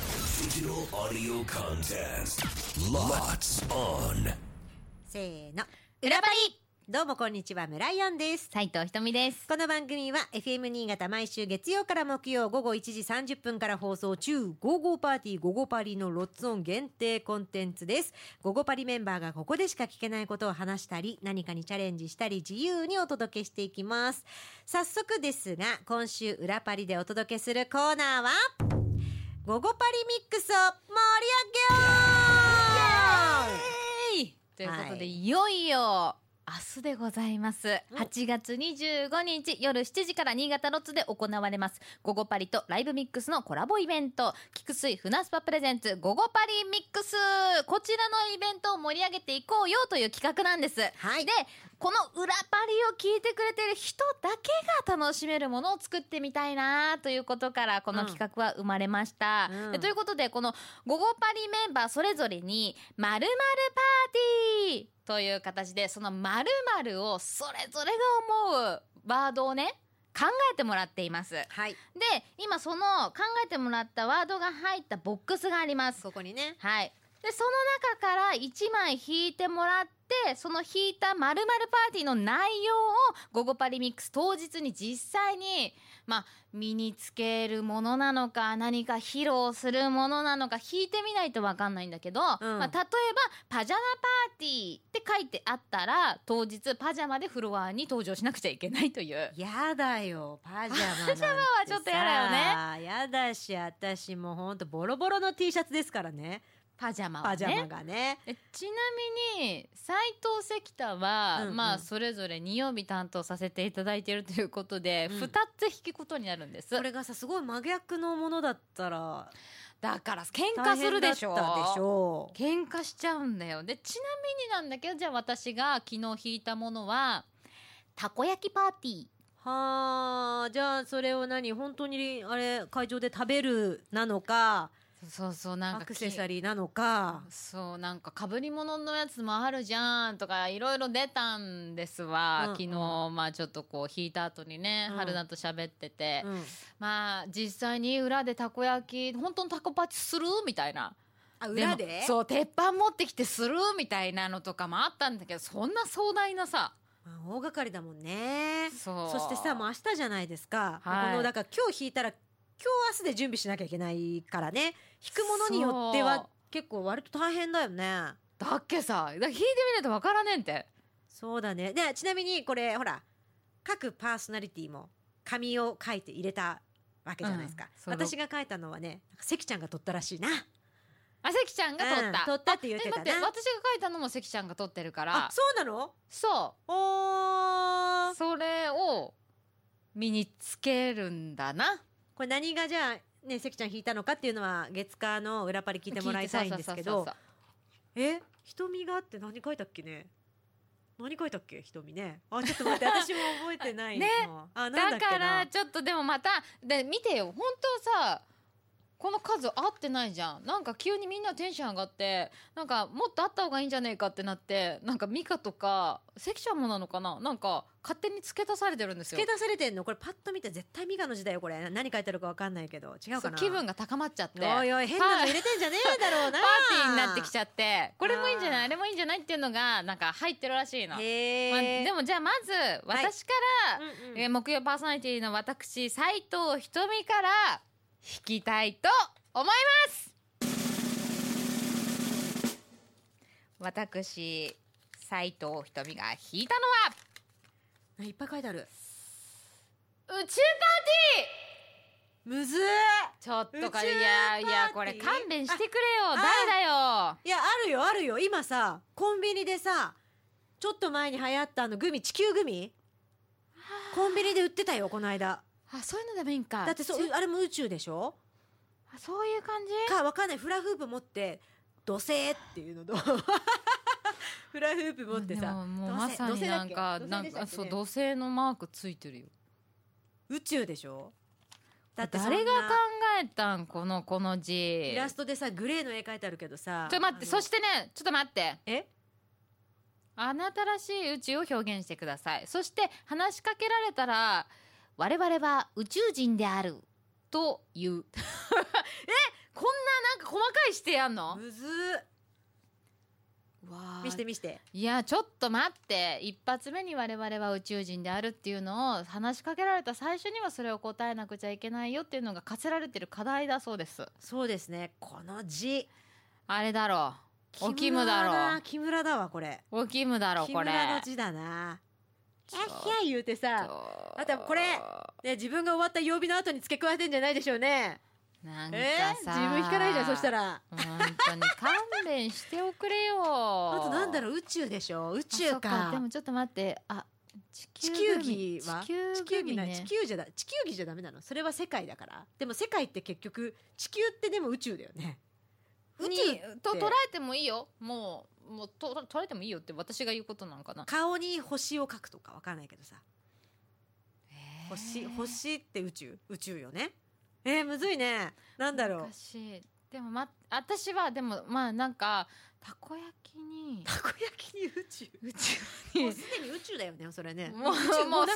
Digital audio contest. Lots on. せーの裏パリどうもこんにちはムライオンです斉藤ひとみです。この番組は FM 新潟毎週月曜から木曜午後1時30分から放送中午後パーティー午後パリのロッツオン限定コンテンツです午後パリメンバーがここでしか聞けないことを話したり何かにチャレンジしたり自由にお届けしていきます早速ですが今週裏パリでお届けするコーナーは午後パリミックスを盛り上げようということはで、いよいよ明日でございます。うん8月25日夜7時から新潟ロッツで行われます。午後パリとライブミックスのコラボイベント、キクスイフナスパプレゼンツ午後パリミックス。こちらのイベントを盛り上げていこうよという企画なんです。はいで、この裏パリを聞いてくれてる人だけが楽しめるものを作ってみたいなということから、この企画は生まれました。うんでということで、この午後パリメンバーそれぞれに、まるパーティーという形で、そのまるをそれぞれが思うワードをね、考えてもらっています。で、はい今その考えてもらったワードが入ったボックスがあります。ここにねはい。で、その中から1枚引いてもらって、その引いたまるパーティーの内容を、午後パリミックス当日に実際に、まあ、身につけるものなのか、何か披露するものなのか、引いてみないとわかんないんだけど、まあ、例えば、パジャマパーティーって書いてあったら、当日パジャマでフロアに登場しなくちゃいけないという。やだよパジャマパジャマはちょっとやだよねやだし私もうほんとボロボロの T シャツですからねパジャマはパね。ジャマがねえちなみに斉藤石太は、うんうんまあそれぞれ2曜日担当させていただいているということで、うん二2つ引くことになるんですこれがさすごい真逆のものだったらだから喧嘩大す変るだでっしょたでしょ喧嘩しちゃうんだよでちなみになんだけどじゃあ私が昨日引いたものはたこ焼きパーティーはあじゃあそれを何本当にあれ会場で食べるなのかそうそうなんアかクセサリリーーなのかそうなんかかぶり物のやつもあるじゃんとかいろいろ出たんですわ、うんうん昨日まあちょっとこう引いた後にね、うん春菜と喋ってて、うんまあ実際に裏でたこ焼き本当にたこパチするみたいなあ裏でもそう鉄板持ってきてするみたいなのとかもあったんだけどそんな壮大なさまあ大掛かりだもんねそそうしてさもう明日じゃないですか、はいこのだから今日引いたら今日明日で準備しなきゃいけないからね引くものによってそうは結構割と大変だよねだっけさだから引いてみないとわからねえんてそうだねでちなみにこれほら各パーソナリティも紙を書いて入れたわけじゃないですかうん、その私が書いたのはねなんか関ちゃんが取ったらしいなあ関ちゃんが撮った、うん取ったって言ってえた待なって私が書いたのも関ちゃんが撮ってるかあらそうなのそおうーそれを身につけるんだなこれ何がじゃあね関ちゃん引いたのかっていうのは月火の裏パリ聞いてもらいたいんですけそうどそうそうえ瞳があって何書いたっけね何書いたっけ瞳ねあちょっと待って私も覚えてない ねのあそなうんだだっけなからちょっとでもまたで見てよ本当さこの数合ってないじゃんなんか急にみんなテンション上がってなんかもっとあった方がいいんじゃねえかってなってなんかミカとか関ちゃんもなのかななんか勝手に付け足されてるんですよ付け出されてんのこれパッと見て絶対ミガの時代よこれ何書いてあるかわかんないけど違うかなそう気分が高まっちゃっておいおい変なの入れてんじゃねえだろうな パーティーになってきちゃってこれもいいんじゃないあーあれもいいんじゃないっていうのがなんか入ってるらしいの、まあへえでもじゃあまず私から、うんうんえー木曜パーソナリティの私斉藤ひとみから引きたいと思います私斉藤ひとみが引いたあいっぱい書いてあるのは宇宙パーティーむずーちょっとかい宇宙パーやティーいやこれ勘弁してくれあよ誰だよいやあるよあるよ今さコンビニでさちょっと前に流行ったあのグミ地球グミコンビニで売ってたよこの間あそういうのでもいいんかだってそうちあれも宇宙でしょあそういう感じかわかんないフラフープ持って土星っていうのと フラフープ持ってでさももう土ま星さになんか土星なだっんけかそう土星でしたっけね土星のマークついてるよ宇宙でしょだってそんな誰が考えたんこのこの字イラストでさグレーの絵描いてあるけどさちょっと待って、そしててね、ちょっと待って。えあなたらしい宇宙を表現してください。そして、話しかけられたら、我々 は宇宙人である。という。えこんななんか細かしてやんのむずわーあ見して見していやちょっと待って一発目に我々は宇宙人であるっていうのを話しかけられた最初にはそれを答えなくちゃいけないよっていうのが課せられてる課題だそうですそうですねこの字あれだろおきむだろう木村だわこれうおきむだろ木これ村の字だなキちャょっッヒとャー言うてさ、ああとこれね、自分が終わった曜日の後に付け加えてんじゃないでしょうねなんかえー、自さ、分引かないじゃんそしたら本当に勘弁しておくれよあとなんだろうろう宇宙でしょ宇宙かでもちょっと待ってあ地地球球組儀は地球地球儀組なねい地球じゃだ地球儀じゃダメなのそれは世界だからでも世界って結局地球ってでも宇宙だよね宇宙にと捉えてもいいよもうもうと捉えてもいいよって私が言うことなんかな、顔に星を描くとかわかんないけどさえー星星って宇宙宇宙よねえー、むずいねなんだろう難しいでも、ま、私はでもまあなんかたこ焼きにたこ焼きに宇 宙宇宙もうにすでに宇宙だよねそれねもうもう宇そ宙のコラボレ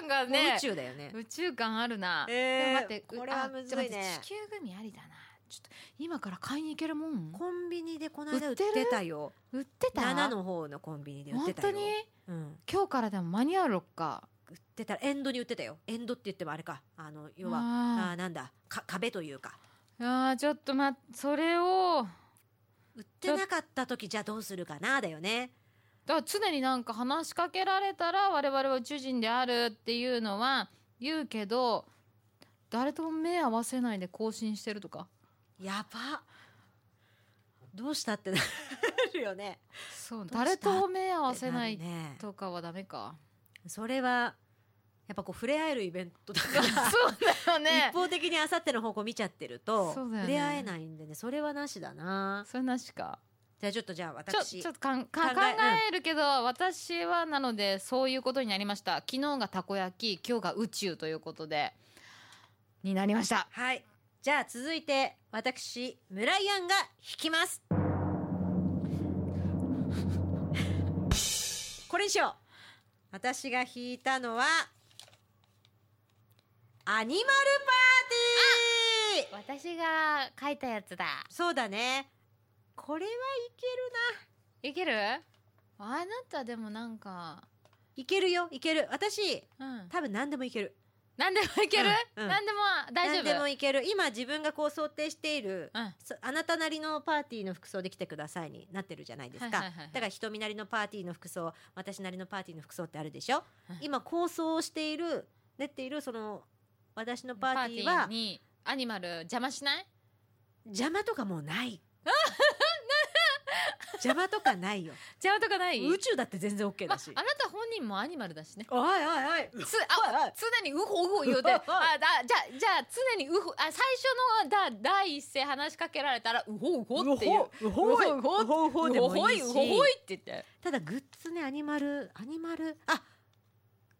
なんかもーションがうね宇宙だよね宇宙感あるな、えーでも待ってうこれはあむずいねちょっと待って地球グミありだなちょっと今から買いに行けるもんコンビニでこの間売売っってるてたよ売ってた7の方のコンビニで売っ本てた当よにうん、今日からでも間に合うのか売ってたらエンドに売ってたよエンドって言ってもあれかあの要はあはーなんだか壁というかあーちょっとまそれを売ってなかった時じゃあどうするかなだよねだから常になんか話しかけられたら我々は宇宙人であるっていうのは言うけど誰とも目合わせないで更新してるとかやばどうしたってなるよねそうした誰とも目合わせなっいてるねとかはダメか、 それはやっぱこう触れ合えるイベントだからそうだよね一方的にあさっての方向見ちゃってるとそうだよ触ねれ合えないんでねそれはなしだなそれなしかじゃあちょっとじゃあちょ私ちょっとかんか考考ええるけど、私はなのでそういうことになりました昨日がたこ焼き今日が宇宙ということでになりましたはいじゃあ続いて私村井アンが弾きます これにしよう私が弾いたのはアニマルパーティー私が書いたやつだそうだねこれはいけるいけるあなたでもなんかいけるよいける私うん多分何でもいける何でもいける、うんうん何でも大丈夫何でもいける今自分がこう想定しているうんそあなたなりのパーティーの服装で来てくださいになってるじゃないですか、はいはいはいはいだから人見なりのパーティーの服装私なりのパーティーの服装ってあるでしょ、うん今構想している練っているその私のパパーーティテーィはーにアニマル邪魔しない邪魔とかもうない 邪魔とかないよ邪魔とかない宇宙だって全然 OK まだあ、し、あなた本人もアニマルだしねおいおいおいつあ常にウホウホ言うてあだじゃあじゃあ常にウホあ最初のだ第一声話しかけられたらウホウホっていううほいうほいうほうほうでウホもいいイしウホイって言ってただグッズねアニマルアニマルあ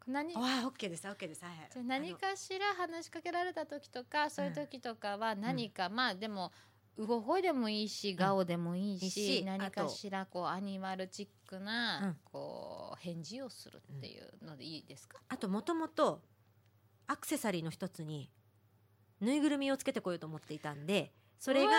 何あオッケーですオッケーですはいはいじゃあ何かしら話しかけられた時とかそういう時とかは何か、まあでもウホホイでもいいしガオでもいいし,、いいし何あかとしらこうアニマルチックうなんこう返事をするっていうのでいいですか、あともともとアクセサリーの一つにぬいぐるみをつけてこようと思っていたんでそれがうわ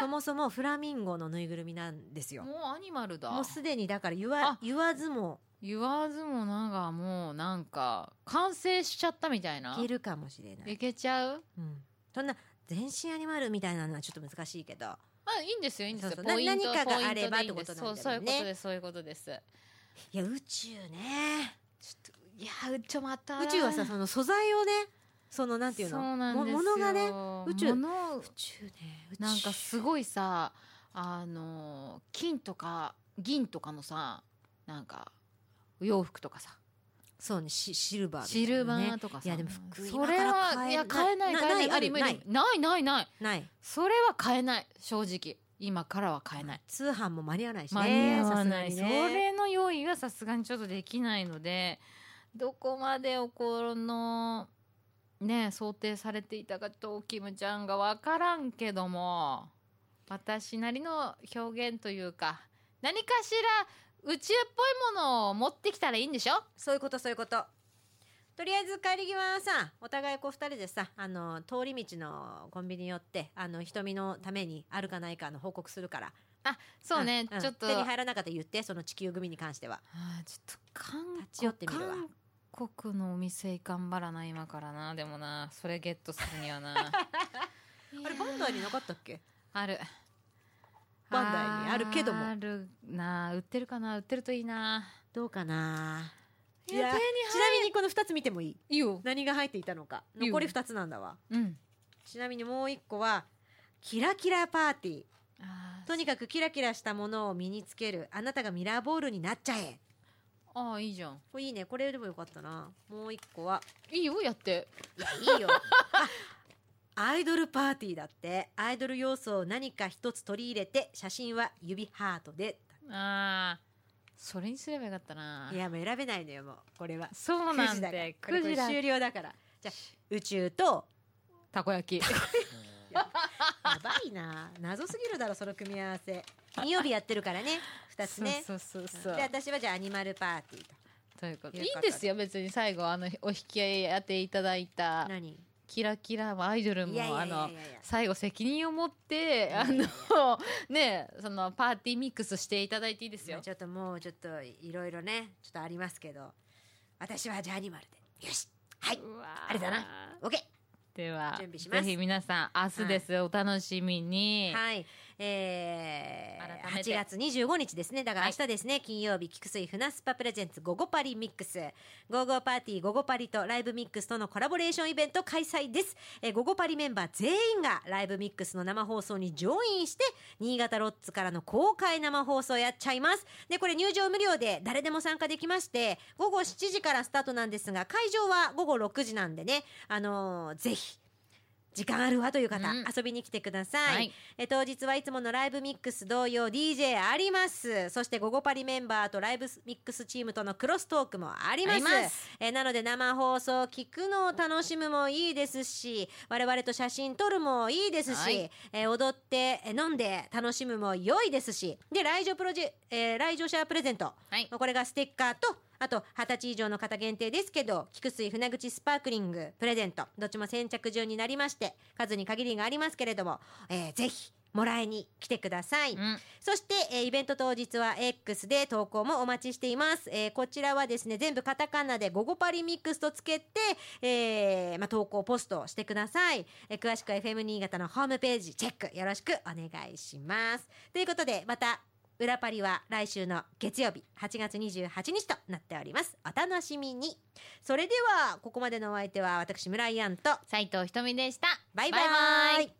そもそもフラミンゴのぬいぐるみなんですよもうアニマルだもうすでにだから言わあ言わずも言わずもなんかもうなんか完成しちゃったみたいないけるかもしれない、いけちゃううん、そんな全身アニマルみたいなのはちょっと難しいけどあいいんですよいいんですよそうそうポイントな何かがポイントあればでいいんでってすことなんだよねそうそういうことですそういうことですちいやょ宇宙ねっといやーちょまた宇宙はさその素材をねそのなんていうのそうなんもですよ物がね宇宙物を宇宙ね宇宙なんかすごいさあのー金とか銀とかのさなんか洋服とかさそうねシシルバーみたいシなねルバーとかさいやでも服それは今から買えないいや買えないな買えないないある無理無理ないないないないないそれは買えない正直今からは買えない通販も間に合わないしね間に合わない、さすそがにねれの用意がさすがにちょっとできないのでどこまでをこのね想定されていたかとキムちゃんが分からんけども私なりの表現というか何かしら宇宙っぽいものを持ってきたらいいんでしょそういうことそういうこととりあえず帰り際さお互いこう2人でさあの通り道のコンビニ寄ってあの瞳のためにあるかないかの報告するからそうんね、んちょっと、手にあーちょ入らなかったら言ってその地球組に関してはっと韓国立ち寄ってみるわ韓国のお店頑張らな今からなでもなそれゲットする にはなあれバンダイになかったっけあるバンダイにあるけどもあるな売ってるかな売ってるといいなどうかないやいや手にちなみにこの2つ見てもいいいいよ何が入っていたのかいいよ残り2つなんだわうんちなみにもう1個はキラキラパーティーあーとにかくキラキラしたものを身につけるあなたがミラーボールになっちゃえあーいいじゃんこれいいねこれでもよかったなもう1個はいいよやっていやいいよあアイドルパーティーだってアイドル要素を何か一つ取り入れて写真は指ハートでああそれにすればよかったないやもう選べないのよもうこれはそう9な時んだからでこれこ9れ時だ終了だからじゃあ宇宙とたこ焼きやばいな謎すぎるだろその組み合わせ金曜日やってるからね2つね そうそうそうそうで私はじゃあアニマルパーティーとということいういいことでですよ別に最後あのお引き合い当ていただいた何いキラキラもアイドルもやいやあいやのいやいや最後責任を持ってあいやいやいの ねそのパーティーミックスしていただいていいですまよあちょっともうちょっといろいろねちょっとありますけど私はじゃあアニマルでよしはいうわーあれだな OK では準備しますぜひ皆さん明日です、お楽しみに、はいえー、改めて8月25日ですねだからは明い日ですね、金曜日菊水ふなスパプレゼンツ午後パリミックス午後パーティー午後パリとライブミックスとのコラボレーションイベント開催ですえー午後パリメンバー全員がライブミックスの生放送にジョインして新潟ロッツからの公開生放送やっちゃいますでこれ入場無料で誰でも参加できまして午後7時からスタートなんですが会場は午後6時なんでねあのーぜひ時間あるわという方、うん遊びに来てください、はいえー当日はいつものライブミックス同様 DJ ありますそして午後パリメンバーとライブミックスチームとのクロストークもありますありますえーなので生放送聞くのを楽しむもいいですし我々と写真撮るもいいですし、はいえー踊ってえー飲んで楽しむも良いですしで来場プロジェ、えー来場者プレゼントはいこれがステッカーとあと二十歳以上の方限定ですけど菊水船口スパークリングプレゼントどっちも先着順になりまして数に限りがありますけれども、えーぜひもらいに来てください。うんそして、えーイベント当日は X で投稿もお待ちしています。えーこちらはですね、全部カタカナでゴゴパリミックスとつけて、えーまあ、投稿ポストをしてください、えー詳しくは FM 新潟のホームページチェックよろしくお願いします。ということで、また、裏パリは来週の月曜日8月28日となっております。お楽しみに。それでは、ここまでのお相手は私、村井アンと、斉藤ひとみでしたバイバイバイバイ